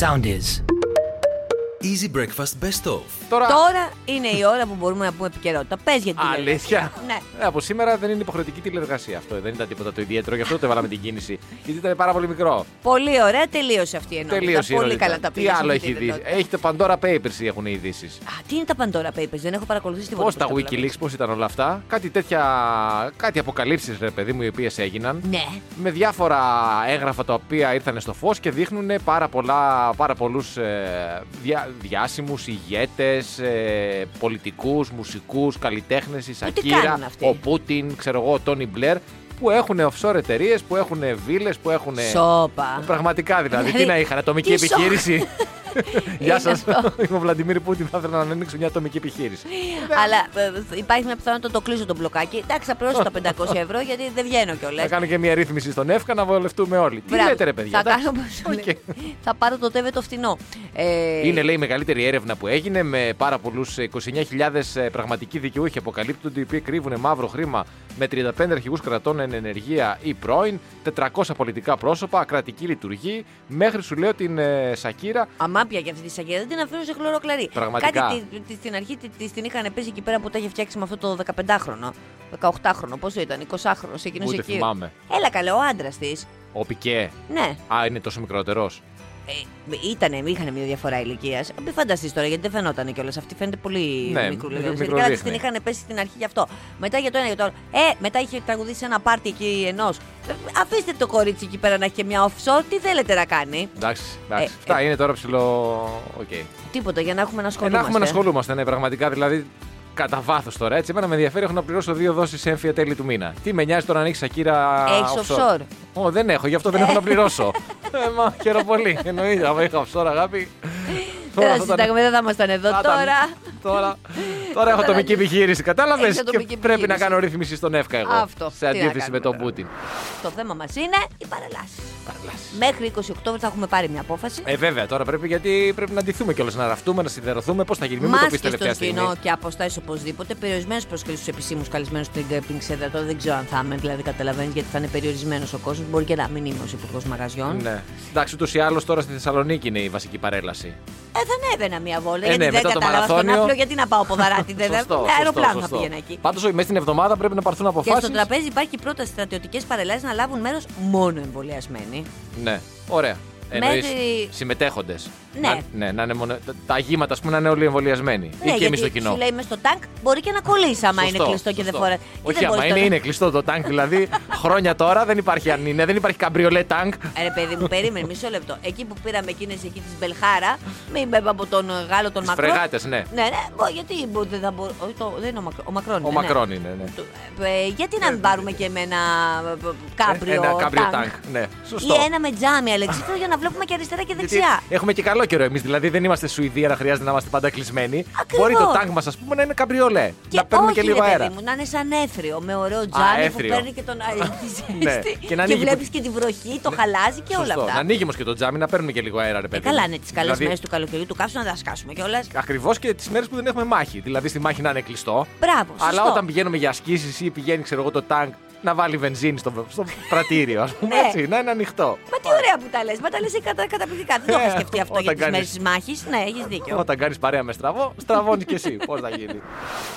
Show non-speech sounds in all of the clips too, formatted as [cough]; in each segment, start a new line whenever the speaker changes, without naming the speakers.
sound is.
Easy Breakfast Best Of.
Τώρα.
Τώρα είναι η ώρα που μπορούμε να πούμε επικαιρότητα. Πες για την
Αλήθεια.
Ναι.
Ε, από σήμερα δεν είναι υποχρεωτική τηλεργασία αυτό. ε, Δεν ήταν τίποτα το ιδιαίτερο, γι' αυτό το έβαλαμε την κίνηση. Γιατί ήταν πάρα πολύ μικρό.
Πολύ ωραία, τελείωσε αυτή η ενότητα.
Τελείωσε η
Ε, Πολύ
ενότητα.
καλά τα
Τι
πήγες
άλλο
με
έχει
την
δει.
ενότητα.
Έχετε Pandora Papers ή έχουν ειδήσεις.
Α, τι είναι τα Pandora Papers, δεν έχω παρακολουθήσει τίποτα.
Πώς τα
από αυτά.
Wikileaks, πώς ήταν όλα αυτά. Κάτι τέτοια. Κάτι αποκαλύψεις, ρε παιδί μου, οι οποίες έγιναν.
Ναι.
με διάφορα έγγραφα τα οποία ήρθαν στο φως και δείχνουν πάρα, πολλά, πάρα πολλούς ε, διά, διάσημους ηγέτες, ε, πολιτικούς, μουσικούς, καλλιτέχνες, η
Που τι
Σακύρα,
κάνουν αυτοί?
ο Πούτιν, ξέρω εγώ, ο Τόνι Μπλερ, που έχουν offshore εταιρείες, που έχουν βίλες, που έχουν...
Σόπα.
Πραγματικά δηλαδή,
Δηλαδή,
τι να είχαν, ατομική
τι σο- [laughs]
επιχείρηση.
Είναι
Γεια σας.
αυτό.
[laughs] Είμαι ο Βλαντιμίρ Πούτιν. Θα ήθελα να ανοίξω μια ατομική επιχείρηση.
Αλλά ε, υπάρχει μια πιθανότητα το κλείσω το μπλοκάκι. Εντάξει, θα πληρώσω τα 500 ευρώ γιατί δεν βγαίνω κιόλας.
Θα κάνω και μια ρύθμιση στον ΕΦΚΑ να βολευτούμε όλοι. Τι λέτε ρε παιδιά.
Θα,
εντάξει.
κάνω, όπως
Οκ.
λέει. [laughs] θα πάρω το τέβε το φθηνό. Ε,
Είναι, λέει, η μεγαλύτερη έρευνα που έγινε με πάρα πολλούς 29.000 ε, πραγματικοί δικαιούχοι αποκαλύπτονται οι οποίοι κρύβουν μαύρο χρήμα με 35 αρχηγούς κρατών εν ενεργεία ή πρώην, 400 πολιτικά πρόσωπα, κρατική λειτουργή, μέχρι σου λέω την ε, Σακύρα.
Αμάπια για αυτή τη σακέτα, δεν την αφήνω σε χλωρό κλαρί.
Πραγματικά.
Κάτι τη, τη- στην αρχή τη, τη- την είχαν πέσει εκεί πέρα που τα είχε φτιάξει με αυτό το 15χρονο. 18χρονο, πόσο ήταν, 20χρονο, εκείνο
Ούτε
εκεί.
θυμάμαι.
Έλα καλέ, ο άντρας της.
Ο Πικέ.
Ναι,
Α, είναι τόσο μικρότερος.
ε, ήτανε, είχαν μια διαφορά ηλικίας. Μην φανταστείς τώρα γιατί δεν φαινόταν κιόλα. Αυτή φαίνεται πολύ
Ναι,
μικρούλα.
μικρο-
Δηλαδή,
μικροδείχνει.
καλά, της την είχαν πέσει στην αρχή γι' αυτό. Μετά για το ένα για το άλλο. Ε, μετά είχε τραγουδήσει σε ένα πάρτι εκεί ενός. Αφήστε το κορίτσι εκεί πέρα να έχει και μια offshore. Τι θέλετε να κάνει.
Εντάξει, εντάξει.
Ε,
Αυτά
ε.
είναι τώρα ψηλό. Okay.
Τίποτα για να
Ε,
έχουμε να
να
ασχολούμαστε.
έχουμε να ασχολούμαστε, ναι, πραγματικά δηλαδή. Κατά βάθος τώρα, έτσι. Εμένα με ενδιαφέρει, έχω να πληρώσω δύο δόσεις έμφυα τέλη του μήνα. Τι με νοιάζει τώρα να ανοίξεις Ακύρα.
Έχεις offshore.
Ω, δεν έχω, γι' αυτό δεν έχω να πληρώσω. ε, μα χαίρομαι πολύ. Εννοείται, άμα είχα offshore, αγάπη.
Τώρα
θα ήταν-
συζητάμε, δεν Ε, θα ήμασταν εδώ
θα ήταν-
τώρα.
Τώρα, τώρα έχω
θα
ατομική
ήταν-
επιχείρηση, κατάλαβες.
Έχεις ατομική
Και πρέπει να
επιχείρηση.
κάνω ρύθμιση στον Εύκα εγώ.
Αυτό.
Σε
Τι να
αντίθεση με
κάνουμε
τον
τώρα.
Πούτιν.
Το θέμα μας είναι οι παρελάσεις. Μέχρι 20 Οκτώβρη θα έχουμε πάρει μια απόφαση.
Ε, βέβαια, τώρα πρέπει γιατί πρέπει να αντιθούμε κιόλας, να ραφτούμε, να σιδερωθούμε. Πώς θα γίνει, μην μου το πει
Μάσκες
τελευταία
στο
στιγμή.
σκηνό και αποστάσεις οπωσδήποτε. Περιορισμένες προσκλήσεις στους επισήμους καλεσμένους στην Γκρέπινγκ Ξέδρα. Τώρα δεν ξέρω αν θα είμαι, δηλαδή καταλαβαίνεις γιατί θα είναι περιορισμένος ο κόσμος. Μπορεί και να μην είμαι ως υπουργός μαγαζιών.
Ναι. Εντάξει, ούτως ή άλλως τώρα στη Θεσσαλονίκη είναι η βασική παρέλαση.
Ε, θα ανέβαινα μια βόλτα.
Ε,
γιατί
ναι,
δεν
μετά το
κατάλαβα στον
μαραθώνιο.
άπλο, γιατί να πάω
[laughs]
ποδαράτη. δεν
Σωστό,
με
σωστό,
αεροπλάνο
σωστό.
θα πήγαινα εκεί.
Πάντως, μέσα στην εβδομάδα πρέπει να πάρθουν
Και
αποφάσει.
στο τραπέζι υπάρχει πρώτα στρατιωτικές παρελάσεις να λάβουν μέρος μόνο εμβολιασμένοι.
Ναι, ωραία. Εννοείς
τη-
συμμετέχοντες.
Ναι.
Να, ναι, να είναι μόνο... τα- Τα αγίματα, ας πούμε, να είναι όλοι εμβολιασμένοι. ή και εμείς το κοινό.
Ναι, σου λέει μέσα στο τάγκ μπορεί και να κολλήσει άμα
Σωστό,
είναι κλειστό και δεν
σωστό.
φοράει. Και
Όχι,
δεν
άμα
μπορείς
είναι,
τώρα-
είναι κλειστό το τάγκ. Δηλαδή, χρόνια τώρα δεν
[laughs]
υπάρχει αν είναι, δεν υπάρχει καμπριολέ τάγκ.
Ε, Ρε παιδί μου, περίμενε μισό λεπτό. Εκεί που πήραμε εκείνε εκεί της Μπελχάρα, μην με από τον ε, Γάλλο τον
Τις
Μακρόν.
φρεγάτες, ναι.
Ναι, ναι, μπο- γιατί μπο- δεν θα μπορώ. όχι, το- Δεν είναι ο Μακρόν.
Ο
Ο Μακρόν, είναι, ναι.
Μακρόν είναι, ναι.
Το- ε, γιατί να μην πάρουμε και με ένα ε, κάμπριο.
Ένα κάμπριο
τάγκ.
τάγκ. Ναι, σωστό.
Ή ένα με τζάμι αλεξίπτο για να βλέπουμε και αριστερά και
Γιατί
δεξιά.
Έχουμε και καλό καιρό εμείς, δηλαδή δεν είμαστε Σουηδία να χρειάζεται να είμαστε πάντα κλεισμένοι.
Ακριβώς.
Μπορεί το τάγκ μας, ας πούμε, να είναι καμπριολέ.
Και
να παίρνουμε
όχι,
και λίγο
ρε,
αέρα.
Παιδί μου, να είναι σαν έθριο, με ωραίο τζάμι που
έθριο.
παίρνει και τον αέρα τη
[laughs] Ναι.
ζέστη.
Και να
Και, και
ανοίγει- Ναι,
βλέπει και τη βροχή, το χαλάζει και όλα
Σωστό.
αυτά.
Να ανοίγει όμως και το τζάμι, να παίρνουμε και λίγο αέρα, ρε
Ε,
παιδί. Δηλαδή-
καλά, ναι, τις καλές μέρες του καλοκαιριού του κάψου να δασκάσουμε κιόλας.
Ακριβώς και τις μέρες που δεν έχουμε μάχη. Δηλαδή στη μάχη να είναι κλειστό.
Μπράβο, σωστό.
Αλλά όταν πηγαίνουμε για ασκήσεις ή πηγαίνει, ξέρω εγώ, το τάγκ να βάλει βενζίνη στο, στο πρατήριο, ας πούμε
Ναι.
έτσι, να είναι ανοιχτό.
Μα τι ωραία που τα λες. Μα τα λες κατα... καταπληκτικά. Δεν
[laughs]
το είχα
Ε,
σκεφτεί αυτό για
όταν
τι μέρε
κάνεις-
της μάχης. Ναι, έχεις δίκιο.
Όταν κάνεις παρέα με στραβό, στραβώνει κι εσύ. Πώς θα γίνει.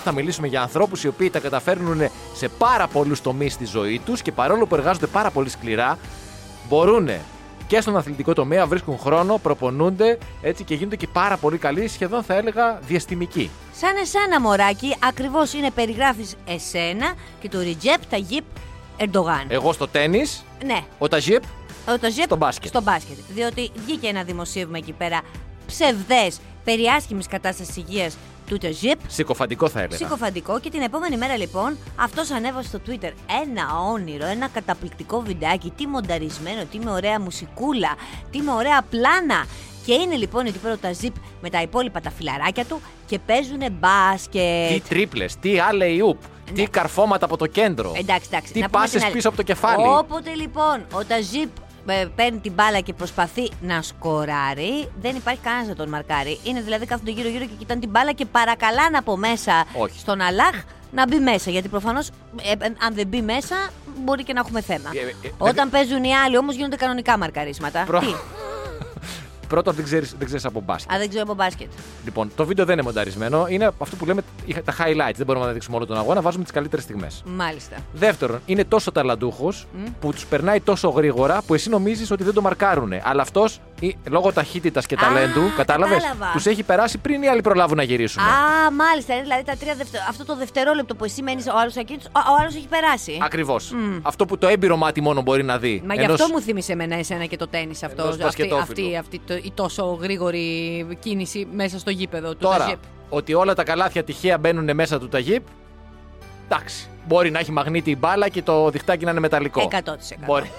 θα μιλήσουμε για ανθρώπους οι οποίοι τα καταφέρνουν σε πάρα πολλούς τομείς στη ζωή τους και παρόλο που εργάζονται πάρα πολύ σκληρά, μπορούν και στον αθλητικό τομέα, βρίσκουν χρόνο, προπονούνται έτσι και γίνονται και πάρα πολύ καλοί, σχεδόν θα έλεγα διαστημικοί.
Σαν εσένα, μωράκι, ακριβώς είναι περιγράφεις εσένα και το Ριτζέπ Ταγίπ Ερντογάν.
Εγώ στο τέννη,
Ναι,
ο Ταγίπ
ο Ταγίπ
Στο μπάσκετ.
στο μπάσκετ. Διότι βγήκε ένα δημοσίευμα εκεί πέρα ψευδές περί άσχημης κατάστασης υγείας του Ταγίπ.
Συκοφαντικό θα έλεγα.
Ψυχοφαντικό και την επόμενη μέρα λοιπόν αυτός ανέβασε στο Twitter ένα όνειρο, ένα καταπληκτικό βιντεάκι. Τι μονταρισμένο, τι με ωραία μουσικούλα, τι με ωραία πλάνα. Και είναι λοιπόν εκεί πέρα τα ζιπ με τα υπόλοιπα τα φιλαράκια του και παίζουν
Τι
μπάσκετ.
τρίπλες, τι άλλε ιούπ, τι καρφώματα από το κέντρο.
Ε, Εντάξει, εντάξει.
Τι
να πούμε την
πάσες
άλλη.
πίσω από το κεφάλι.
Όποτε λοιπόν ο Ταζίπ ε, παίρνει την μπάλα και προσπαθεί να σκοράρει, δεν υπάρχει κανένας να τον μαρκάρει. Είναι δηλαδή κάθονται γύρω-γύρω και κοιτάνε την μπάλα και παρακαλάνε από μέσα
Όχι.
στον Αλάχ να μπει μέσα. Γιατί προφανώς αν δεν μπει μέσα, μπορεί και να έχουμε θέμα.
Ε, ε, ε,
Όταν παίζουν οι άλλοι όμως γίνονται κανονικά μαρκαρίσματα.
Προ-
Τι.
Πρώτον, δεν ξέρεις δεν ξέρεις από μπάσκετ.
Α, δεν ξέρω από μπάσκετ.
Λοιπόν, το βίντεο δεν είναι μονταρισμένο. Είναι αυτό που λέμε είχα- τα highlights. Δεν μπορούμε να δείξουμε όλο τον αγώνα. Βάζουμε τις καλύτερες στιγμές.
Μάλιστα.
Δεύτερον, είναι τόσο ταλαντούχος που τους περνάει τόσο γρήγορα που εσύ νομίζεις ότι δεν το μαρκάρουνε. Αλλά αυτός λόγω ταχύτητας και
Α,
ταλέντου, κατάλαβες,
κατάλαβα.
τους έχει περάσει πριν οι άλλοι προλάβουν να γυρίσουν.
Α, μάλιστα. Είναι δηλαδή τα τρία δευτε... αυτό το δευτερόλεπτο που εσύ μένεις, ο άλλος εκεί, ο, ο άλλος έχει περάσει.
Ακριβώς. Ε. Αυτό που το έμπειρο μάτι μόνο μπορεί να δει.
Μα γι'
Ενός-
αυτό μου θύμισε εμένα εσένα και το τέννη αυτό.
Ενός
Αυτή,
μπασκετόφιλου.
αυτή, αυτή το, η τόσο γρήγορη κίνηση μέσα στο γήπεδο του
Τώρα,
Ταγιέπ.
ότι όλα τα καλάθια τυχαία μπαίνουν μέσα του Ταγίπ. Εντάξει. Μπορεί να έχει μαγνήτη η μπάλα και το διχτάκι να είναι μεταλλικό.
100%.
Μπορεί.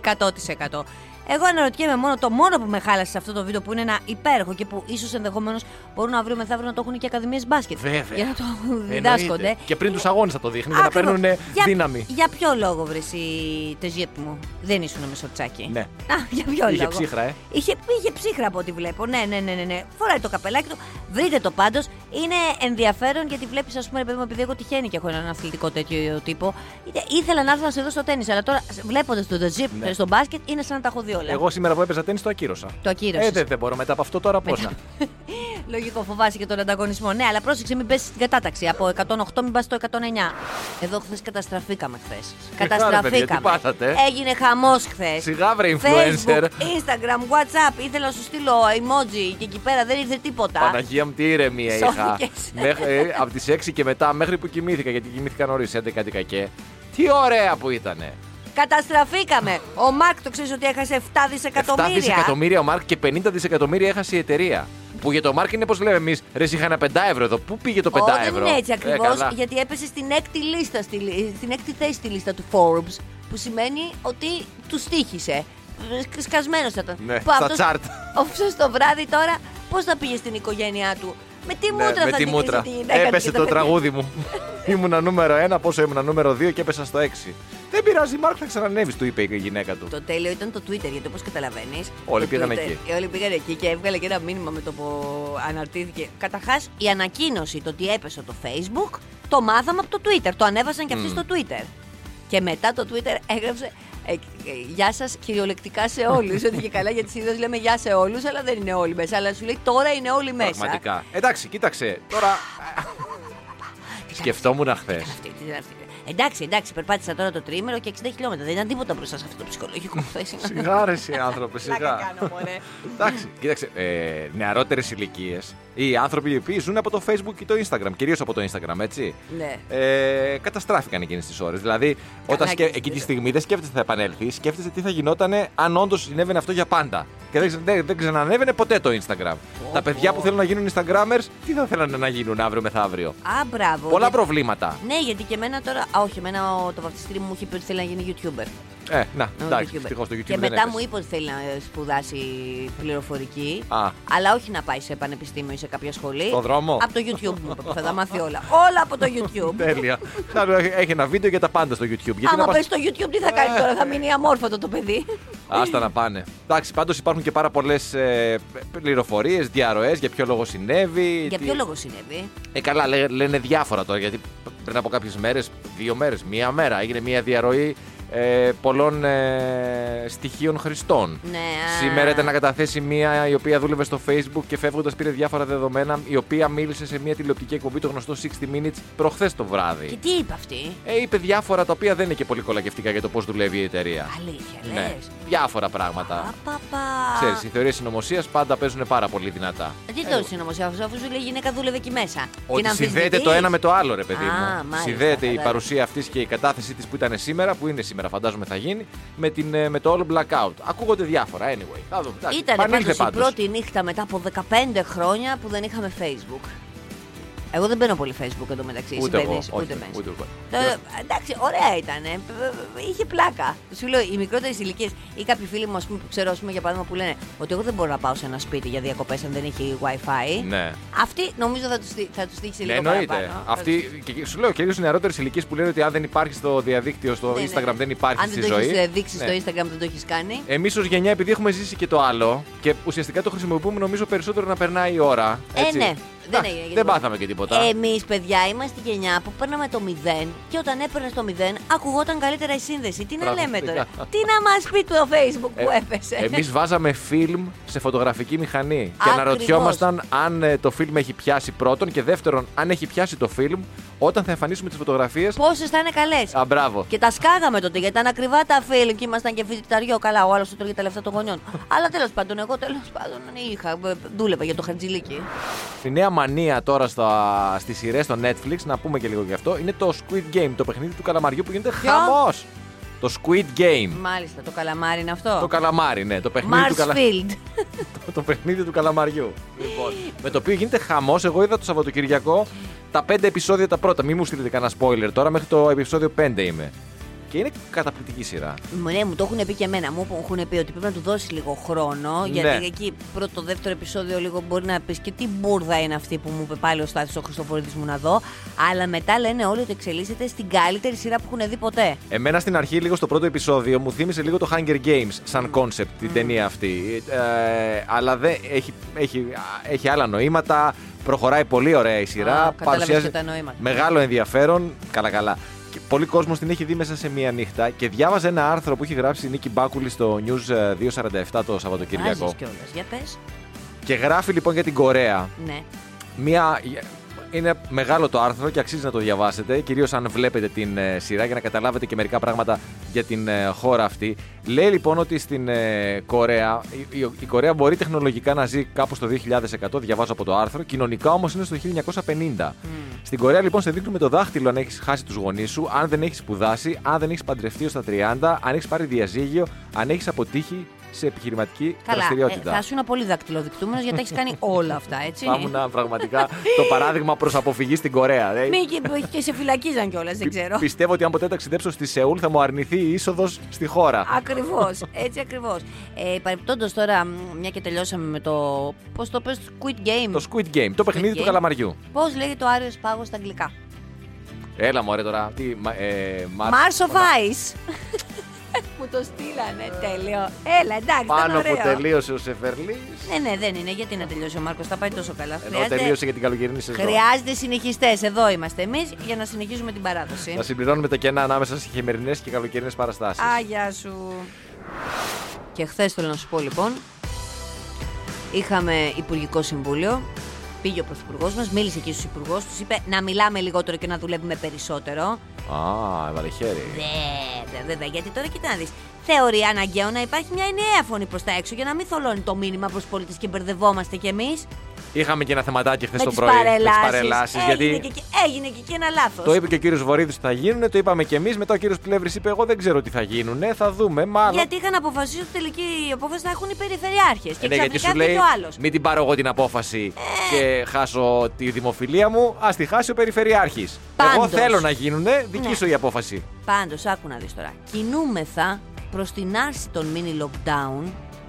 100%. Εγώ αναρωτιέμαι μόνο το μόνο που με χάλασε σε αυτό το βίντεο που είναι ένα υπέροχο και που ίσως ενδεχομένως μπορούν να βρούμε μεθαύριο να το έχουν και ακαδημίες μπάσκετ.
Βέβαια.
Για να το
Εννοείται.
διδάσκονται.
Και πριν τους αγώνες θα το δείχνει για να
Ακριβώς.
παίρνουν
για,
δύναμη.
Για ποιο λόγο βρεσί Τεζιέπ μου, δεν ήσουν μεσοτσάκι.
Ναι.
Α, για ποιο
Είχε
λόγο.
ψύχρα, ε.
Είχε, είχε ψύχρα από ό,τι βλέπω. Ναι, ναι, ναι, ναι, ναι. Φοράει το καπελάκι του. Βρείτε το πάντως. Είναι ενδιαφέρον γιατί βλέπεις, ας πούμε, ρε παιδί μου, επειδή εγώ τυχαίνει και έχω έναν αθλητικό τέτοιο τύπο. Ήθε- Ήθελα να έρθω να σε δω στο τέννη, αλλά τώρα βλέποντας το Τεζιέπ
Ναι.
στο μπάσκετ είναι σαν να τα έχω δει όλα.
Εγώ σήμερα που έπαιζα τέννη το ακύρωσα.
Το ακύρωσες.
Ε, δεν, δεν μπορώ μετά από αυτό τώρα πώς να.
Λογικό, φοβάσαι και τον ανταγωνισμό. Ναι, αλλά πρόσεξε, μην πέσεις στην κατάταξη. Από 108 μην πας στο 109. Εδώ χθες καταστραφήκαμε χθες.
παιδιά, τι πάθατε, ε?
Έγινε χαμός χθες.
Σιγά, βρε,
Ε, Facebook, Ε,
influencer.
Instagram, WhatsApp. Ήθελα να σου στείλω emoji και εκεί πέρα δεν ήρθε τίποτα.
Παναγία μου, τι ηρεμία είχα. ε,
Σώθηκες.
από τις 6 και μετά μέχρι που κοιμήθηκα, γιατί κοιμήθηκα νωρί, 11 και. Τι ωραία που ήταν.
Καταστραφήκαμε. Ο Μακ το ξέρεις ότι έχασε 7
7
δισεκατομμύρια.
δισεκατομμύρια ο Μάρκ και 50 δισεκατομμύρια έχασε η εταιρεία. Που για το Μάρκ είναι πώς λέμε εμείς, ρε, είχα ένα 5 ευρώ εδώ. Πού πήγε το 5
Ω,
ευρώ.
δεν είναι έτσι
Ε,
ακριβώς,
καλά.
γιατί έπεσε στην έκτη, λίστα, στη λι- στην έκτη θέση στη λίστα του Forbes. Που σημαίνει ότι του τύχησε. Σκασμένο ήταν.
Ναι,
Που
στα chart.
αυτός το βράδυ τώρα, πώς θα πήγε στην οικογένειά του. Με τι
Ναι,
μούτρα
με
θα
τη
την
μούτρα.
τη γυναίκα του
Έπεσε
και
το
παιδί.
τραγούδι μου. [laughs] ήμουνα νούμερο 1, πόσο ήμουνα νούμερο 2 και έπεσα στο 6. Δεν πειράζει, Μάρκ, θα ξανανεύει, του είπε η γυναίκα του.
Το τέλειο ήταν το Twitter, γιατί όπως καταλαβαίνεις.
Όλοι πήγαν εκεί.
Όλοι πήγαν εκεί και έβγαλε και ένα μήνυμα με το που αναρτήθηκε. Καταρχάς, η ανακοίνωση το ότι έπεσε το Facebook το μάθαμε από το Twitter. Το ανέβασαν και αυτοί στο Twitter. Και μετά το Twitter έγραψε. ε, ε, γεια σας κυριολεκτικά σε όλους. ότι και καλά γιατί συνήθως λέμε γεια σε όλους, αλλά δεν είναι όλοι μέσα. Αλλά σου λέει τώρα είναι όλοι μέσα.
Πραγματικά. Εντάξει, κοίταξε. Τώρα. Σκεφτόμουν χθε.
Αυτή, τι είναι αυτή. Εντάξει, εντάξει, περπάτησα τώρα το τρίμερο και 60 χιλιόμετρα. Δεν ήταν τίποτα μπροστά σε αυτό το
[laughs]
ψυχολογικό που θες.
Σιγά ρε σε άνθρωποι,
Πλάκα
σιγά.
κάνω, μωρέ.
Εντάξει, κοίταξε, ε, νεαρότερες ηλικίες. Οι άνθρωποι οι οποίοι ζουν από το Facebook και το Instagram, κυρίως από το Instagram, έτσι.
Ναι.
Ε, καταστράφηκαν εκείνες τις ώρες. Δηλαδή, όταν σκε...
κοιμηθείτε.
εκείνη τη στιγμή δεν σκέφτεσαι θα επανέλθεις, σκέφτεσαι τι θα γινότανε αν όντως συνέβαινε αυτό για πάντα. Και δεν, ξε- δεν, δεν ξανανέβαινε ποτέ το Instagram. Τα παιδιά που θέλουν να γίνουν Instagrammers, τι θα θέλανε να γίνουν αύριο μεθαύριο.
Α, μπράβο.
Πολλά
γιατί-
προβλήματα.
Ναι, γιατί και εμένα τώρα. Α, όχι, εμένα ο, το βαφτιστήρι μου μου είχε πει ότι θέλει να γίνει YouTuber.
Ε, να,
Ο
εντάξει,
YouTuber.
ευτυχώς το YouTube
Και
δεν
μετά
έπεσε.
μου είπε ότι θέλει να ε, σπουδάσει πληροφορική.
Α.
Αλλά όχι να πάει σε πανεπιστήμιο ή σε κάποια σχολή.
Στον δρόμο.
Από το YouTube μου είπε που θα τα μάθει όλα. Όλα από το YouTube.
Τέλεια. Να, λέει, έχει ένα βίντεο για τα πάντα στο YouTube. Γιατί να
Άμα
πας-
πέσει στο YouTube, τι θα κάνει τώρα, θα μείνει αμόρφωτο το παιδί.
Άστα να πάνε. Εντάξει, πάντως υπάρχουν και πάρα πολλές ε, πληροφορίες, διαρροές για ποιο λόγο συνέβη.
Για
τι-
ποιο λόγο συνέβη.
Ε, καλά, λέ- λένε διάφορα τώρα. Γιατί πριν από κάποιες μέρες, δύο μέρες, μία μέρα, έγινε μία διαρροή ε, πολλών ε, στοιχείων χρηστών.
Ναι, α.
Σήμερα ήταν να καταθέσει μία η οποία δούλευε στο Facebook και φεύγοντας πήρε διάφορα δεδομένα, η οποία μίλησε σε μία τηλεοπτική εκπομπή, το γνωστό 60 Minutes, προχθές το βράδυ.
Και τι είπε αυτή.
Ε, είπε διάφορα τα οποία δεν είναι και πολύ κολακευτικά για το πώς δουλεύει η εταιρεία.
Αλήθεια,
Ναι,
λες.
διάφορα πράγματα.
Απαπα.
Ξέρεις, οι θεωρίες συνωμοσίας πάντα παίζουν πάρα πολύ δυνατά.
Ε,
Ε,
Τι το συνωμοσία, αφού σου λέει η γυναίκα δούλευε εκεί μέσα. Την
Ότι συνδέεται
αμφισβητείς?
το ένα με το άλλο, ρε παιδί
Α,
μου.
μάλιστα,
συνδέεται η
κατάλαβα.
παρουσία αυτής και η κατάθεσή της που ήταν σήμερα, που είναι σήμερα, φαντάζομαι θα γίνει, με, την, ε, με το όλο blackout. Ακούγονται διάφορα, anyway. Θα δούμε. Εντάξει,
Ήταν
επανήλθε
πάντως η
πάντως.
πρώτη νύχτα μετά από 15 χρόνια που δεν είχαμε Facebook. Εγώ δεν μπαίνω πολύ Facebook εδώ μεταξύ.
Ούτε εγώ.
συμπαίδεις,
Ούτε,
μέσα.
ούτε εγώ.
Το- εντάξει, ωραία ήταν. ε, π- π- Είχε πλάκα. Σου λέω, οι μικρότερες ηλικίες ή κάποιοι φίλοι μου, ας πούμε, που ξέρω, ας πούμε, για παράδειγμα, που λένε ότι εγώ δεν μπορώ να πάω σε ένα σπίτι για διακοπές αν δεν έχει WiFi.
Ναι.
Αυτή νομίζω θα τους θα τους τύχει σε
Ναι,
λίγο
εννοείται.
παραπάνω.
Αυτή, και- και σου λέω κυρίως οι νεαρότερες ηλικίες που λένε ότι αν δεν υπάρχει στο διαδίκτυο, στο
Ναι, ναι.
Instagram, δεν υπάρχει
Αν
στη
δεν το
ζωή.
έχει δείξει
Ναι.
στο Instagram, δεν το έχεις κάνει.
Εμείς ως γενιά, επειδή έχουμε ζήσει και το άλλο και ουσιαστικά το χρησιμοποιούμε νομίζω περισσότερο να περνάει η ώρα.
Ε,
Έτσι,
ναι. Δεν
Εντάξει,
έγινε. και
δεν
τίποτα. Ε,
πάθαμε και τίποτα.
Εμείς, παιδιά, είμαστε η γενιά που παίρναμε το 0 και όταν έπαιρνες το 0, ακουγόταν καλύτερα η σύνδεση. Τι να λέμε τώρα.
Πραγματικά.
Τι να μας πει το Facebook που
Ε,
έπεσε.
Εμείς βάζαμε φιλμ σε φωτογραφική μηχανή. Και
Ακριβώς.
αναρωτιόμασταν αν ε, το φιλμ έχει πιάσει πρώτον και δεύτερον, αν έχει πιάσει το φιλμ όταν θα εμφανίσουμε τις φωτογραφίες.
Πόσες θα είναι καλές.
Α, μπράβο.
Και τα σκάγαμε τότε γιατί ήταν ακριβά τα φίλη και ήμασταν και φοιτηταριό. Καλά, ο άλλος του τρώγε τα λεφτά των
[laughs]
γονιών. Αλλά τέλος πάντων, εγώ τέλος πάντων είχα, ε, δούλευα για το χαρτζιλίκι.
Η νέα μανία τώρα στα, στις σειρές στο Netflix, να πούμε και λίγο γι' αυτό, είναι το Squid Game, το παιχνίδι του καλαμαριού που γίνεται
Ποιο?
χαμός. Το Squid Game.
Μάλιστα, το καλαμάρι είναι αυτό.
Το καλαμάρι, ναι. Το παιχνίδι, του, καλα...
Marsfield.
[laughs] το- το παιχνίδι του καλαμαριού. Λοιπόν, με το οποίο γίνεται χαμός. Εγώ είδα το Σαββατοκυριακό τα πέντε επεισόδια τα πρώτα. Μην μου στείλετε κανένα spoiler τώρα, μέχρι το επεισόδιο 5 είμαι. Και είναι καταπληκτική σειρά.
Μου- Ναι, μου το έχουν πει και εμένα. Μου έχουν πει ότι πρέπει να του δώσει λίγο χρόνο. Γιατί
Ναι.
εκεί πρώτο, δεύτερο επεισόδιο λίγο μπορεί να πεις και τι μπουρδα είναι αυτή που μου είπε πάλι ο Στάθης ο Χριστοφορίδης μου να δω. Αλλά μετά λένε όλοι ότι εξελίσσεται στην καλύτερη σειρά που έχουν δει ποτέ.
Εμένα στην αρχή, λίγο στο πρώτο επεισόδιο, μου θύμισε λίγο το Hunger Games σαν concept την ταινία αυτή. Ε, αλλά δεν, έχει, έχει, έχει άλλα νοήματα. Προχωράει πολύ ωραία η
Α,
σειρά.
κατάλαβες και τα νοήματα.
μεγάλο ενδιαφέρον. Καλά, καλά. Και πολλοί κόσμος την έχει δει μέσα σε μία νύχτα και διάβαζε ένα άρθρο που έχει γράψει η Νίκη Μπάκουλη στο News ε, 247 το Σαββατοκύριακο.
Βάζεις κιόλας. Για πες.
Και γράφει λοιπόν για την Κορέα.
Ναι.
Μία... Είναι μεγάλο το άρθρο και αξίζει να το διαβάσετε, κυρίως αν βλέπετε την ε, σειρά για να καταλάβετε και μερικά πράγματα για την ε, χώρα αυτή. Λέει λοιπόν ότι στην ε, Κορέα, η, η- η Κορέα μπορεί τεχνολογικά να ζει κάπου στο 2100, διαβάζω από το άρθρο, κοινωνικά όμως είναι στο 1950. Στην Κορέα λοιπόν σε δείχνουν με το δάχτυλο αν έχεις χάσει τους γονείς σου, αν δεν έχεις σπουδάσει, αν δεν έχεις παντρευτεί ως τα 30, αν έχεις πάρει διαζύγιο, αν έχεις αποτύχει σε επιχειρηματική
Καλά. Ε,
δραστηριότητα.
θα ήσουν πολύ δακτυλοδεικτούμενος γιατί έχεις κάνει όλα αυτά, έτσι.
Θα ήμουν πραγματικά το παράδειγμα προς αποφυγής στην Κορέα. Ε,
Μη και, και σε φυλακίζαν κιόλας, δεν
πι-
ξέρω.
Πιστεύω ότι αν ποτέ ταξιδέψω στη Σεούλ θα μου αρνηθεί η είσοδος στη χώρα.
Ακριβώς, έτσι ακριβώς. Ε, Παρεπτόντως τώρα, μ, μια και τελειώσαμε με το. Πώς το πες, Quit Game.
Το Squid Game, το παιχνίδι του
Game.
καλαμαριού.
Πώς λέγεται ο Άριος Πάγος στα αγγλικά.
Έλα μου, τώρα. Τι, μα- ε, Mars-
Mars of Ice. [laughs] Μου το στείλανε, τέλειο. Έλα, εντάξει, ήταν
Ε. Πάνω που
ωραίο.
τελείωσε ο Σεφερλής.
Ναι, ναι, δεν είναι. Γιατί να τελειώσει ο Μάρκος, τα πάει τόσο καλά.
Ενώ τελείωσε για την καλοκαιρινή σεζόν.
χρειάζεται συνεχιστές. Εδώ είμαστε εμείς για να συνεχίζουμε την παράδοση.
Να συμπληρώνουμε τα κενά ανάμεσα στις χειμερινές και καλοκαιρινές παραστάσεις.
Α, γεια σου. Και χθες θέλω να σου πω λοιπόν, είχαμε Υπουργικό Συμβούλιο. Πήγε ο Πρωθυπουργός μας, μίλησε εκεί στους υπουργούς, τους είπε να μιλάμε λιγότερο και να δουλεύουμε περισσότερο.
Α, έβαλε
Ναι.
χέρι.
Βέβαια, βέβαια, γιατί τώρα κοιτά να δεις. Θεωρεί αναγκαίο να υπάρχει μια ενιαία φωνή προς τα έξω για να μην θολώνει το μήνυμα προς πολίτες και μπερδευόμαστε κι εμείς.
Είχαμε και ένα θεματάκι χθες
Με
το
τις
πρωί. τις
παρελάσεις.
παρελάσεις,
Έγινε,
Γιατί
και εκεί- έγινε και εκεί ένα λάθος.
Το είπε και ο κύριος Βορύδης ότι θα γίνουν, το είπαμε και εμείς. Μετά ο κύριος Πλεύρης είπε: Εγώ δεν ξέρω τι θα γίνουν, θα δούμε. Μάλλον.
Γιατί είχαν αποφασίσει ότι τελική απόφαση θα έχουν οι περιφερειάρχες. Και
Ε, ναι, γιατί
ξαφνικά
σου λέει:
βγήκε ο Ε. άλλος.
Μην την πάρω εγώ την απόφαση και χάσω τη δημοφιλία μου, ας τη χάσει ο Περιφερειάρχης. Εγώ
Πάντως.
θέλω να γίνουν, δική
Ναι.
σου η απόφαση.
Πάντως, άκου να δεις τώρα. Κινούμεθα προς την άρση των mini lockdown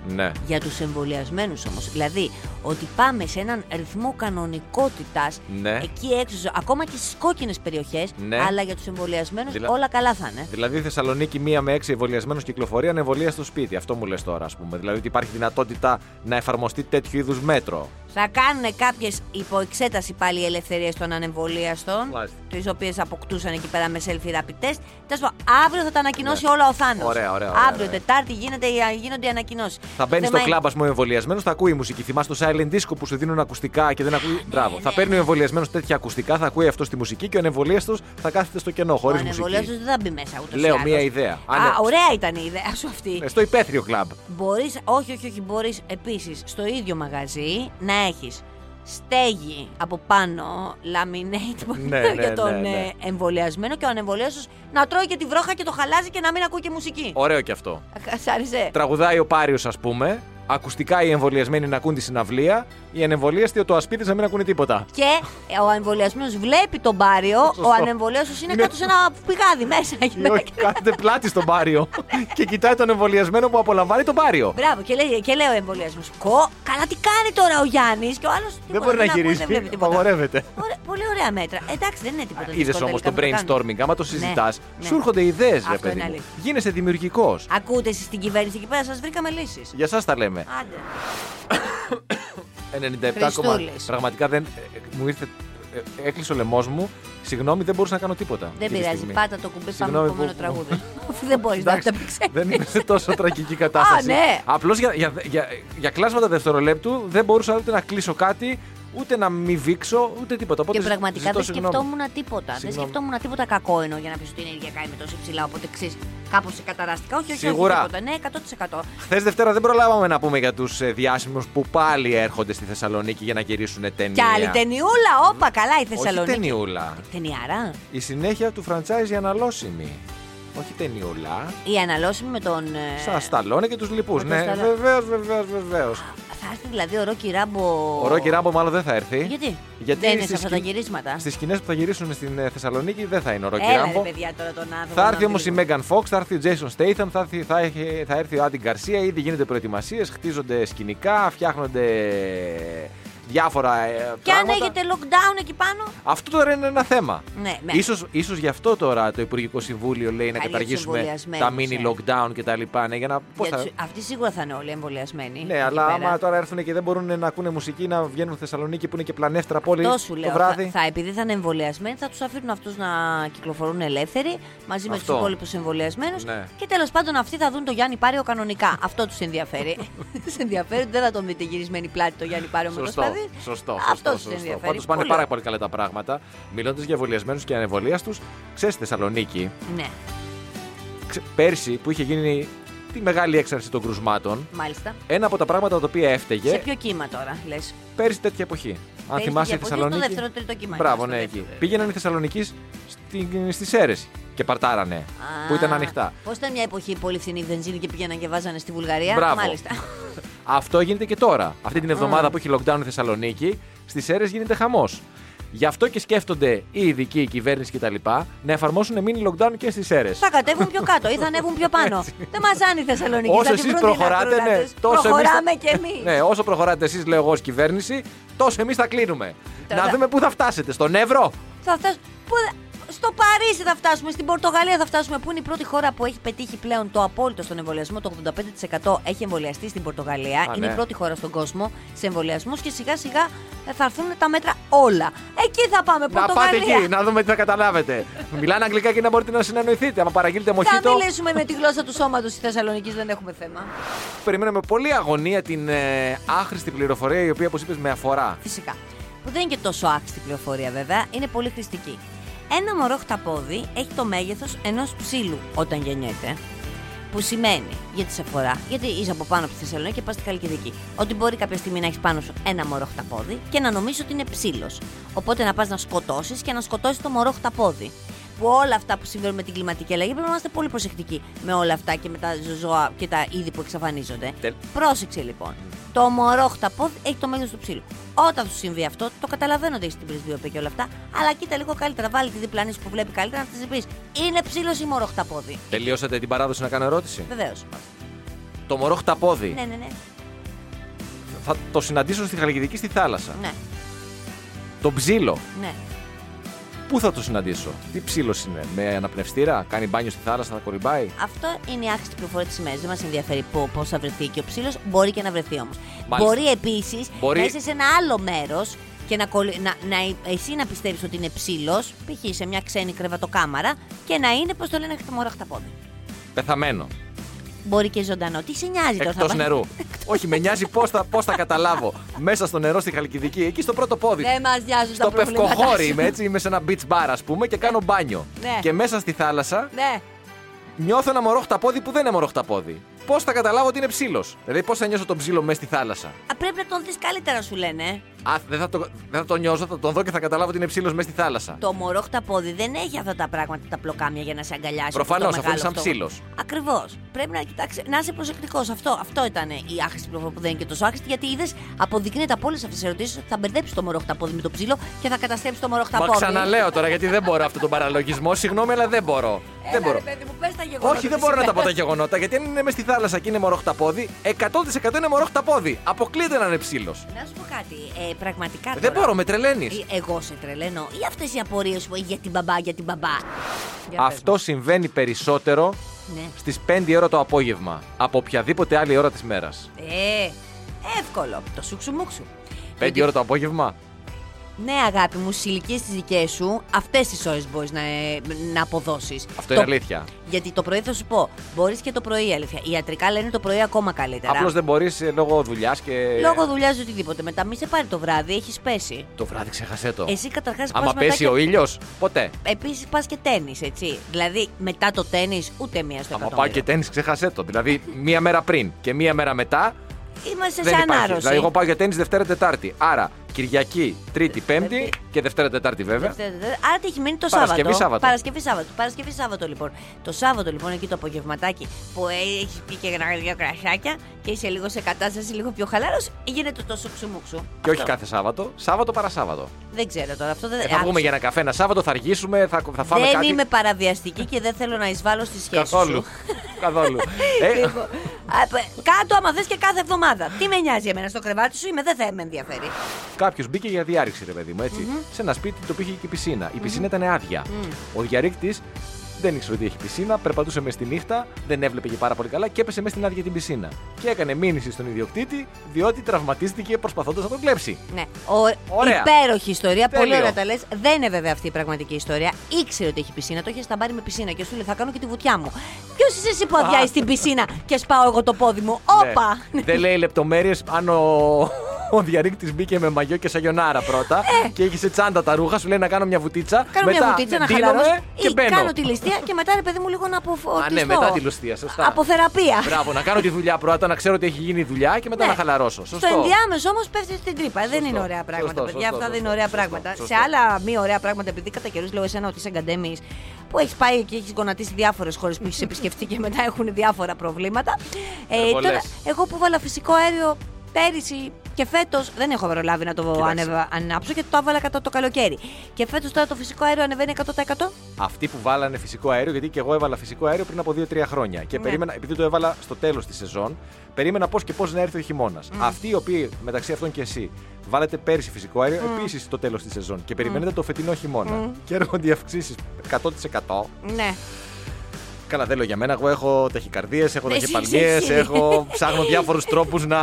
Ναι.
για τους εμβολιασμένους όμως. Δηλαδή, ότι πάμε σε έναν ρυθμό κανονικότητας
Ναι.
εκεί έξω, ακόμα και στις κόκκινες περιοχές.
Ναι.
Αλλά για τους εμβολιασμένους
Δηλα-
όλα καλά θα είναι.
Δηλαδή, η Θεσσαλονίκη μία με έξι εμβολιασμένους κυκλοφορεί ανεμβολία στο σπίτι. Αυτό μου λες τώρα, ας πούμε. Δηλαδή, ότι υπάρχει δυνατότητα να εφαρμοστεί τέτοιου είδους μέτρο.
Θα κάνουν κάποιε υποεξέταση πάλι οι ελευθερίες των ανεμβολίαστων,
Μάλιστα.
τις οποίες αποκτούσαν εκεί πέρα με selfie rapid test. Τέλος πάντων, αύριο θα τα ανακοινώσει όλα ο Θάνος.
Ναι. Ωραία, ωραία, ωραία,
αύριο,
ωραία.
Τετάρτη, γίνεται, οι- γίνονται οι ανακοινώσεις.
Θα μπαίνει στο κλαμπ, ας πούμε, εμβολιασμένος, θα ακούει η μουσική. Θυμάσαι το silent disco που σου δίνουν ακουστικά και δεν
Ναι,
ακούει. Μπράβο. Θα παίρνει ο εμβολιασμένος τέτοια ακουστικά, θα ακούει αυτό στη μουσική και ο ανεμβολίαστος θα κάθεται στο κενό χωρίς
Ο ανεμβολίαστος
μουσική.
δεν θα μπει μέσα ούτως
Λέω μία ιδέα.
Α,
Α, ναι.
ωραία ήταν η ιδέα σου αυτή.
Ε, Στο υπαίθριο κλαμπ.
Μπορείς, όχι, όχι, όχι, μπορείς επίσης στο ίδιο μαγαζί να έχεις στέγη από πάνω, laminate [laughs]
Ναι,
για
ναι,
τον
ναι, ναι.
ε, εμβολιασμένο και ο ανεμβολίαστος να τρώει και τη βρόχα και το χαλάζει και να μην ακούει και μουσική.
Ωραίο και αυτό.
Α, Σ' άρεσε.
Τραγουδάει ο Πάριος, ας πούμε. Ακουστικά οι εμβολιασμένοι να ακούν τη συναυλία. Οι ανεμβολίαστοι, το ασπίδι να μην ακούνε τίποτα.
Και ε, ο ανεμβολιασμένο βλέπει τον
[laughs]
Πάριο, ο
Σωστό.
ανεμβολίαστος είναι
Είναι-
κάτω σε ένα πηγάδι μέσα. [laughs] εκεί
Ή
πέρα.
όχι, κάθεται πλάτη στον
[laughs]
Πάριο και κοιτάει τον εμβολιασμένο που απολαμβάνει τον Πάριο.
Μπράβο, και λέει, και λέει ο εμβολιασμός. Κο, καλά τι κάνει τώρα ο Γιάννης. Και ο άλλος
Δεν μπορεί να γυρίσει.
Δεν βλέπει τίποτα.
Απαγορεύεται.
Ωραία, πολύ ωραία μέτρα. Εντάξει, δεν είναι τίποτα.
Είδες
δύσκολο
όμως το
τελικά να κάνουμε.
brainstorming, άμα το συζητάς,
ναι.
σου έρχονται ιδέες,
Αυτό
ρε παιδί.
είναι
μου.
αλήθεια.
Γίνεσαι δημιουργικός.
Ακούτε εσείς την κυβέρνηση εκεί πέρα, σας βρήκαμε λύσεις.
Για σας τα λέμε.
Άντε.
97,1.
Χριστούλης.
Πραγματικά δεν. ε, ε, Μου ήρθε. ε, Έκλεισε ο λαιμός μου. Συγγνώμη, δεν μπορούσα να κάνω τίποτα.
Δεν
αυτή τη
πειράζει,
στιγμή.
πάτα το κουμπί, πάμε στο
Συγγνώμη
επόμενο
που- [laughs]
τραγούδι. Αφού δεν μπορείς να
Εντάξει,
τα πει
Δεν είναι σε τόσο
[laughs]
τραγική κατάσταση.
Α, ναι.
Απλώς για, για, για, για κλάσματα δευτερολέπτου δεν μπορούσα ούτε να κλείσω κάτι, ούτε να μη βήξω, ούτε τίποτα. Οπότε
Και πραγματικά
ζητώ
δεν
συγγνώμη.
σκεφτόμουν τίποτα. Δεν
Συγγνώμη.
σκεφτόμουν τίποτα κακό ενώ για να πεις ότι είναι ενεργειακά είμαι τόσο ψηλά. Οπότε ξέρεις, κάπως σε καταράστηκα. Όχι, όχι, όχι,
Σίγουρα.
τίποτα. Ναι, 100%.
Χθες Δευτέρα δεν προλάβαμε να πούμε για τους διάσημους που πάλι έρχονται στη Θεσσαλονίκη για να γυρίσουν ταινία.
Και άλλη ταινιούλα, όπα, καλά η
Όχι
Θεσσαλονίκη.
ταινιούλα.
Ταινιάρα.
Η συνέχεια του franchise η αναλώσιμη. Όχι ταινιούλα.
Η αναλώσιμη με τον. ε,
Σαν Σταλόνι και τους λοιπούς.
με τον
Ναι,
Σταλόνι.
βεβαίως, βεβαίως, βεβαίως.
Θα έρθει δηλαδή ο Ρόκι Ράμπο.
Ο Ρόκι Ράμπο μάλλον δεν θα έρθει.
Γιατί?
Γιατί
δεν είναι σε
στις
αυτά τα
σκην-
γυρίσματα.
Στις σκηνές που θα γυρίσουν στην ε, Θεσσαλονίκη δεν θα είναι ο Ρόκι
Έλα, ρε,
Ράμπο.
παιδιά, τώρα τον άνθρωπο.
Θα έρθει
να
όμως η
δεις.
Μέγαν Fox, θα έρθει ο Jason Statham, θα έρθει, θα έχει- θα έρθει ο Άντι Γκαρσία. Ήδη γίνονται προετοιμασίες, χτίζονται σκηνικά, φτιάχνονται διάφορα ε,
Και αν
πράγματα.
έχετε lockdown εκεί πάνω.
Αυτό τώρα είναι ένα θέμα.
Ναι, με-
Ίσως, ίσως γι' αυτό τώρα το Υπουργικό Συμβούλιο λέει να
Καλή
καταργήσουμε τα
εμβολιασμένους,
mini
ε.
lockdown και τα λοιπά. Ναι, για να. Πώς
για
θα...
τους- Αυτοί σίγουρα θα είναι όλοι εμβολιασμένοι.
Ναι,
εκεί
αλλά
πέρα.
άμα τώρα έρθουν και δεν μπορούν να ακούνε μουσική, να βγαίνουν Θεσσαλονίκη που είναι και πλανεύτρα πόλη
Αυτό σου λέω.
το βράδυ.
Θα, θα- επειδή θα είναι εμβολιασμένοι, θα τους αφήνουν αυτούς να κυκλοφορούν ελεύθεροι μαζί με τους
Αυτό.
υπόλοιπους εμβολιασμένους.
Ναι.
Και τέλος πάντων αυτοί θα δουν το Γιάννη Πάριο κανονικά. Αυτό τους ενδιαφέρει.
[laughs]
τους ενδιαφέρει, ότι δεν θα τον δείτε γυρισμένη πλάτη το Γιάννη Πάριο με το
Σωστό,
σπαθί.
σωστό,
δηλαδή. Αυτό
σωστό,
τους
σωστό.
ενδιαφέρει.
Πάντως πάνε
Πολύ
πάρα
ωραία.
πολύ καλά τα πράγματα. Μιλώντας για εμβολιασμένους και ανεμβολίας τους, ξέρεις στη Θεσσαλονίκη,
Ναι,
ξε- πέρσι που είχε γίνει τη μεγάλη έξαρση των κρουσμάτων,
μάλιστα.
ένα από τα πράγματα τα οποία έφταιγε
Σε ποιο κύμα τώρα, λες.
πέρσι τέτοια εποχή. Αν θυμάσαι η Θεσσαλονίκη.
Στο δεύτερο, τρίτο κύμα.
Μπράβο,
Στο
ναι,
δεύτερο.
εκεί. Πήγαιναν οι Θεσσαλονίκης στι αίρε και παρτάρανε. που ήταν ανοιχτά.
Πώς ήταν μια εποχή πολύ φθηνή βενζίνη και πήγαιναν και βάζανε στη Βουλγαρία.
Μπράβο.
Μάλιστα.
Αυτό γίνεται και τώρα. Αυτή την εβδομάδα που έχει lockdown η Θεσσαλονίκη, στις αίρες γίνεται χαμός. Γι' αυτό και σκέφτονται οι ειδικοί, η κυβέρνηση κτλ. να εφαρμόσουν mini lockdown και στις αίρες.
θα κατέβουν πιο κάτω ή θα ανέβουν πιο πάνω. Δεν μας άνοιθε η Θεσσαλονίκη.
Όσο
θα την
εσείς
βρουν
προχωράτε,
δυνατούλα
ναι,
τους.
τόσο εμείς
Προχωράμε
θα-
κι εμείς.
Ναι, όσο προχωράτε εσείς, λέω εγώ ως κυβέρνηση, τόσο εμείς θα κλείνουμε.
Τώρα-
Να δούμε πού θα φτάσετε, στον Εύρο.
Θα φτάσουμε. Πού... θα- Στο Παρίσι θα φτάσουμε, στην Πορτογαλία θα φτάσουμε, που είναι η πρώτη χώρα που έχει πετύχει πλέον το απόλυτο στον εμβολιασμό. Το 85% έχει εμβολιαστεί στην Πορτογαλία.
Α,
είναι
ναι.
η πρώτη χώρα στον κόσμο σε εμβολιασμούς και σιγά σιγά θα έρθουν τα μέτρα όλα. Εκεί θα πάμε,
Να
Πορτογαλία.
πάτε εκεί, να δούμε τι θα καταλάβετε. Μιλάνε αγγλικά και να μπορείτε να συνεννοηθείτε. Αν παραγγείλετε
Θα
μοχίτο,
μιλήσουμε με τη γλώσσα του σώματος τη Θεσσαλονίκη, δεν έχουμε θέμα.
περιμένουμε πολύ αγωνία την ε, άχρηστη πληροφορία η οποία, όπως είπες, με αφορά.
Φυσικά. Που δεν είναι και τόσο άχρηστη πληροφορία βέβαια, είναι πολύ χρηστική. Ένα μωρό χταπόδι έχει το μέγεθος ενός ψήλου όταν γεννιέται. Που σημαίνει, γιατί σε αφορά, γιατί είσαι από πάνω από τη Θεσσαλονίκη και πας στη Χαλκιδική, ότι μπορεί κάποια στιγμή να έχεις πάνω σου ένα μωρό χταπόδι και να νομίζεις ότι είναι ψήλος. Οπότε να πας να σκοτώσεις και να σκοτώσεις το μωρό χταπόδι. Που όλα αυτά που συμβαίνουν με την κλιματική αλλαγή πρέπει να είμαστε πολύ προσεκτικοί με όλα αυτά και με τα ζώα και τα είδη που εξαφανίζονται.
Τελ-
Πρόσεξε λοιπόν. Το μωρό χταπόδι έχει το μέγεθος του ψήλου. Όταν σου συμβεί αυτό, το καταλαβαίνω ότι έχει την πρεσβειοπία και όλα αυτά, αλλά κοίτα λίγο καλύτερα. Βάλει τη διπλανή σου που βλέπει καλύτερα να τη πεις Είναι ψήλος ή μωρό χταπόδι.
Τελειώσατε την παράδοση να κάνω ερώτηση.
Βεβαίως.
Το μωρό χταπόδι.
Ναι, ναι, ναι.
Θα το συναντήσω στη Χαλκιδική στη θάλασσα.
ναι,
Το ψήλο.
ναι.
Πού θα το συναντήσω. Τι ψήλος είναι. Με αναπνευστήρα. Κάνει μπάνιο στη θάλασσα, θα κορυμπάει.
Αυτό είναι η άχρηστη πληροφορία της ημέρας. Δεν μας ενδιαφέρει πώς θα βρεθεί και ο ψήλος. Μπορεί και να βρεθεί όμως.
Μάλιστα.
Μπορεί επίσης
Μπορεί-
να είσαι σε ένα άλλο μέρος και να, κολλη- να, να, εσύ να πιστεύεις ότι είναι ψήλος, π.χ. σε μια ξένη κρεβατοκάμαρα, και να είναι, πώς το λένε, χταμόρα χταπόδι.
Πεθαμένο.
Μπορεί και ζωντανό. Τι σε νοιάζει τώρα, θα
Εκτό
πάει-
νερού. Όχι, με νοιάζει πώς θα, πώς θα καταλάβω. Μέσα στο νερό στη Χαλκιδική, εκεί στο πρώτο πόδι.
Δεν μας νοιάζουν
στο
τα προβλήματά σου.
πευκοχώρι είμαι έτσι, είμαι σε ένα beach bar ας πούμε και κάνω μπάνιο.
Ναι.
Και μέσα στη θάλασσα
[laughs] Ναι.
νιώθω ένα μωρό χταπόδι που δεν είναι μωρό χταπόδι. Πώς θα καταλάβω ότι είναι ψήλος. Δηλαδή πώς θα νιώσω τον ψήλο μέσα στη θάλασσα.
Α, πρέπει να τον δεις καλύτερα, σου λένε. ε.
Α, δεν θα, το, δεν θα το νιώσω, θα τον δω και θα καταλάβω ότι είναι ψήλος μέσα στη θάλασσα.
Το μωρό χταπόδι δεν έχει αυτά τα πράγματα, τα πλοκάμια για να σε αγκαλιάσει.
Προφανώς, αφού είναι σαν ψήλος.
Ακριβώς. Πρέπει να κοιτάξει, να είσαι προσεκτικός. Αυτό, αυτό ήταν η άχρηστη πληροφορία που δεν είναι και τόσο άχρηστη, γιατί είδες, αποδεικνύεται από όλες αυτές τις ερωτήσεις ότι θα μπερδέψει το μωρό χταπόδι με το ψήλο και θα καταστρέψει το μωρό
Μα
χταπόδι.
ξαναλέω τώρα γιατί δεν μπορώ αυτόν τον παραλογισμό. Συγγνώμη, αλλά δεν μπορώ.
Έλα,
δεν μπορώ.
Ρε, παιδί μου, πες τα γεγονότα
Όχι, δεν
της
μπορώ να τα πω τα
ημέρας.
γεγονότα. Γιατί αν είναι μες στη θάλασσα και είναι μωρό χταπόδι, 100% είναι μωρό χταπόδι. Αποκλείεται να είναι ψήλος.
Να σου πω κάτι. Ε, πραγματικά.
Δεν
τώρα,
μπορώ, με τρελαίνεις.
ε, Εγώ σε τρελαίνω. Ή αυτές οι απορίες που έχει για την μπαμπά, για την μπαμπά. Για πες
Αυτό συμβαίνει περισσότερο
μου. Ναι.
στις 5 ώρα το απόγευμα από οποιαδήποτε άλλη ώρα της μέρας.
Ε, εύκολο. Το σουξουμούξου.
Πέντε ώρα το απόγευμα.
Ναι, αγάπη μου, στι ηλικίε τις δικές σου, αυτές τις ώρες μπορείς να, ε, να αποδώσεις.
Αυτό είναι αλήθεια.
Γιατί το πρωί θα σου πω, μπορείς και το πρωί αλήθεια. Οι ιατρικά λένε το πρωί ακόμα καλύτερα.
Απλώς δεν μπορείς λόγω δουλειάς και.
Λόγω δουλειάς οτιδήποτε. Μετά μη σε πάρει το βράδυ, έχεις πέσει.
Το βράδυ ξέχασέ το.
Εσύ καταρχάς πα.
Άμα πέσει ο ήλιος, ποτέ.
Επίσης πας και τέννη, έτσι. Δηλαδή μετά το τέννη ούτε μία στο
Άμα
εκατομμύριο.
πάει και τέννη, ξέχασέ το. Δηλαδή μία μέρα πριν και μία μέρα μετά.
Είμαστε
Δεν
σαν
υπάρχει.
άρρωση.
Δηλαδή, εγώ πάω για τέννη Δευτέρα Τετάρτη. Άρα Κυριακή, Τρίτη, Πέμπτη
Πέμπτη.
και Δευτέρα Τετάρτη βέβαια.
Δευτέρα, Τετάρτη. Άρα τι έχει μείνει το
Παρασκευή,
Σάββατο.
Σάββατο.
Παρασκευή Σάββατο. Παρασκευή Σάββατο λοιπόν. Το Σάββατο λοιπόν εκεί το απογευματάκι που έχει πει και ένα δύο κρασάκια και είσαι λίγο σε κατάσταση λίγο πιο χαλάρο, γίνεται το σουξουμούξου.
Και όχι κάθε Σάββατο, Σάββατο παρασάββατο.
Δεν ξέρω τώρα αυτό. Δεν...
Ε, θα βγούμε
άκουσα.
για ένα καφέ ένα Σάββατο, θα αργήσουμε, θα, θα φάμε
δεν
κάτι.
είμαι παραβιαστική και δεν θέλω να εισβάλλω στη σχέση
Καθόλου.
σου.
Καθόλου. ε,
Λοιπόν, α, π- Κάτω άμα θες και κάθε εβδομάδα. Τι με νοιάζει εμένα στο κρεβάτι σου είμαι, δεν θα με ενδιαφέρει.
Κάποιος μπήκε για διάρρηξη, ρε παιδί μου, έτσι. Σε ένα σπίτι το οποίο είχε και πισίνα. Η πισίνα ήταν άδεια. Ο διαρρήκτης δεν ήξερε ότι έχει πισίνα, περπατούσε μες στη νύχτα, δεν έβλεπε και πάρα πολύ καλά και έπεσε μες στην άδεια την πισίνα. Και έκανε μήνυση στον ιδιοκτήτη, διότι τραυματίστηκε προσπαθώντας να τον κλέψει.
Ναι. Ο...
Ωραία.
Υπέροχη ιστορία.
Τέλειο.
Πολύ ωραία τα λες. Δεν είναι βέβαια αυτή η πραγματική ιστορία. Ήξερε ότι έχει πισίνα. Το είχε σταμπάρει με πισίνα και σου λέει Θα κάνω και τη βουτιά μου. Ποιος είσαι εσύ που αδειάζει την πισίνα και σπάω εγώ το πόδι μου. Όπα!
Ναι. Δεν λέει λεπτομέρειες αν ο, ο διαρρήκτη μπήκε με μαγιό και σαγιονάρα πρώτα και είχε σε τσάντα τα ρούχα, σου λέει να κάνω μια βουτίτσα.
Ε. Κάνω
μετά
μια βουτίτσα να
ντύνομαι
χαλαρώσω.
Και
Ή
μπαίνω.
κάνω τη ληστεία και μετά ρε παιδί μου λίγο να αποφορτιστώ.
Α, ναι, μετά τη ληστεία, σωστά.
Από θεραπεία.
Μπράβο, να κάνω τη δουλειά πρώτα, να ξέρω ότι έχει γίνει η δουλειά και μετά
Ναι.
να χαλαρώσω. Σωστό.
Στο ενδιάμεσο όμως πέφτεις στην τρύπα. Δεν είναι ωραία
Σωστό,
πράγματα,
σωστό,
παιδιά.
σωστό,
Αυτά δεν είναι
σωστό,
ωραία
σωστό,
πράγματα.
σωστό.
Σε άλλα μη ωραία πράγματα, επειδή κατά καιρούς λέω εσένα ότι είσαι γκαντέμις, που έχεις πάει και έχεις γονατίσει διάφορες χώρες που έχεις επισκεφτεί και μετά έχουν διάφορα προβλήματα. Ε,
Υπερβολές.
τώρα, εγώ που βάλα φυσικό αέριο πέρυσι και φέτος δεν έχω προλάβει να το
Κοίταξε.
ανεβα- ανάψω γιατί το έβαλα κατά το καλοκαίρι. Και φέτος τώρα το φυσικό αέριο ανεβαίνει 100%.
Αυτοί που βάλανε φυσικό αέριο, γιατί και εγώ έβαλα φυσικό αέριο πριν από 2-3 χρόνια. Και
Ναι.
περίμενα, επειδή το έβαλα στο τέλος της σεζόν, περίμενα πώς και πώς να έρθει ο χειμώνας.
Mm.
Αυτοί οι οποίοι, μεταξύ αυτών και εσύ, βάλετε πέρσι φυσικό αέριο,
Mm.
επίσης στο τέλος της σεζόν και περιμένετε το φετινό χειμώνα. Και έρχονται οι αυξήσεις 100%.
Ναι.
Καλά, δεν λέω για μένα. Εγώ έχω ταχυκαρδίες, έχω
Ναι, Εσύ, εσύ,
ταχυπαλμίε,
εσύ.
έχω. ψάχνω διάφορους τρόπους
[laughs]
να.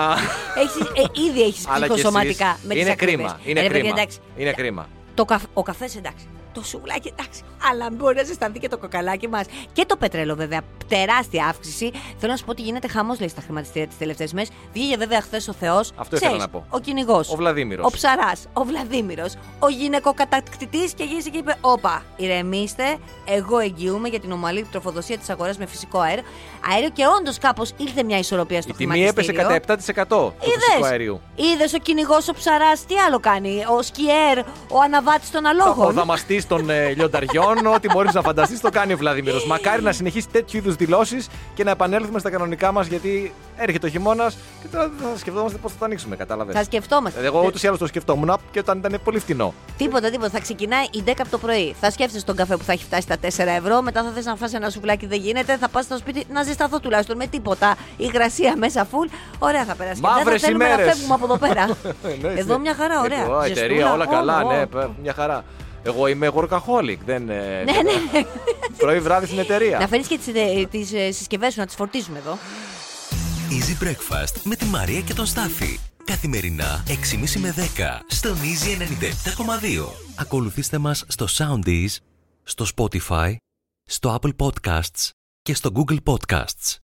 Έχεις, ε, ήδη έχεις
Αλλά και εσείς.
ψυχοσωματικά με Ε, τις
Είναι κρίμα. Είναι κρίμα. Είναι κρίμα.
Το καφ- ο καφές εντάξει. Το σουβλάκι εντάξει. Αλλά μπορεί να ζεσταθεί και το κοκαλάκι μας. Και το πετρέλαιο βέβαια. Τεράστια αύξηση. Θέλω να σου πω ότι γίνεται χαμός λέει στα χρηματιστήρια τις τελευταίες μέρες. Βγήκε βέβαια χθες ο Θεός.
Αυτό ήθελα να πω.
Ο κυνηγός.
Ο Βλαδίμηρος.
Ο ψαράς. Ο Βλαδίμηρος. Ο γυναικοκατακτητής και γύρισε και είπε: Όπα, ηρεμήστε. Εγώ εγγυούμαι για την ομαλή τροφοδοσία της αγοράς με φυσικό αέριο. Αέριο και όντως κάπως ήρθε μια ισορροπία στο
Η τιμή έπεσε
χρηματιστήριο. Ε,
κατά 7% του φυσικού αερίου.
Είδε ο κυνηγός ο ψαράς τι άλλο κάνει. Ο σκιέρ, ο αναβάτης των αλόγων.
Ο δαμαστή των ε,
[laughs]
λιονταριών, ό,τι μπορείς να φανταστείς, το κάνει ο Βλαδίμηρος. Μακάρι να συνεχίσει τέτοιου είδους δηλώσεις και να επανέλθουμε στα κανονικά μας, γιατί έρχεται ο χειμώνας και τώρα θα σκεφτόμαστε πώς θα τα ανοίξουμε, κατάλαβες.
Θα σκεφτόμαστε.
Ε, Εγώ ούτως ή άλλως το σκεφτόμουν και όταν ήταν πολύ φτηνό.
Τίποτα, τίποτα. Θα ξεκινάει η 10 από το πρωί. Θα σκέφτεσαι τον καφέ που θα έχει φτάσει στα 4 ευρώ. Μετά θα θες να φας ένα σουβλάκι, δεν γίνεται. Θα πας στο σπίτι να ζεσταθώ τουλάχιστον με τίποτα. Υγρασία μέσα φουλ. Ωραία θα περάσει. Και δεν
Μαύρες
θα θέλουμε να
ημέρες.
φεύγουμε από εδώ πέρα.
[laughs] Ναι,
Ε, εδώ
ναι.
μια χαρά, ωραία.
Εγώ,
Ζεστούλα,
εταιρεία, όλα
ω,
καλά,
ω.
ναι, παι, μια χαρά. Εγώ είμαι workaholic, δεν. ε,
Ναι, ναι, ναι.
[laughs] Πρωί βράδυ στην
να
εταιρεία.
φέρεις και ε, τις συσκευές σου να τις φορτίζουμε εδώ.
Easy Breakfast με τη Μαρία και τον Στάφη. Καθημερινά 6.30 με 10 στον Easy 97.2. Ακολουθήστε μας στο Soundees, στο Spotify, στο Apple Podcasts και στο Google Podcasts.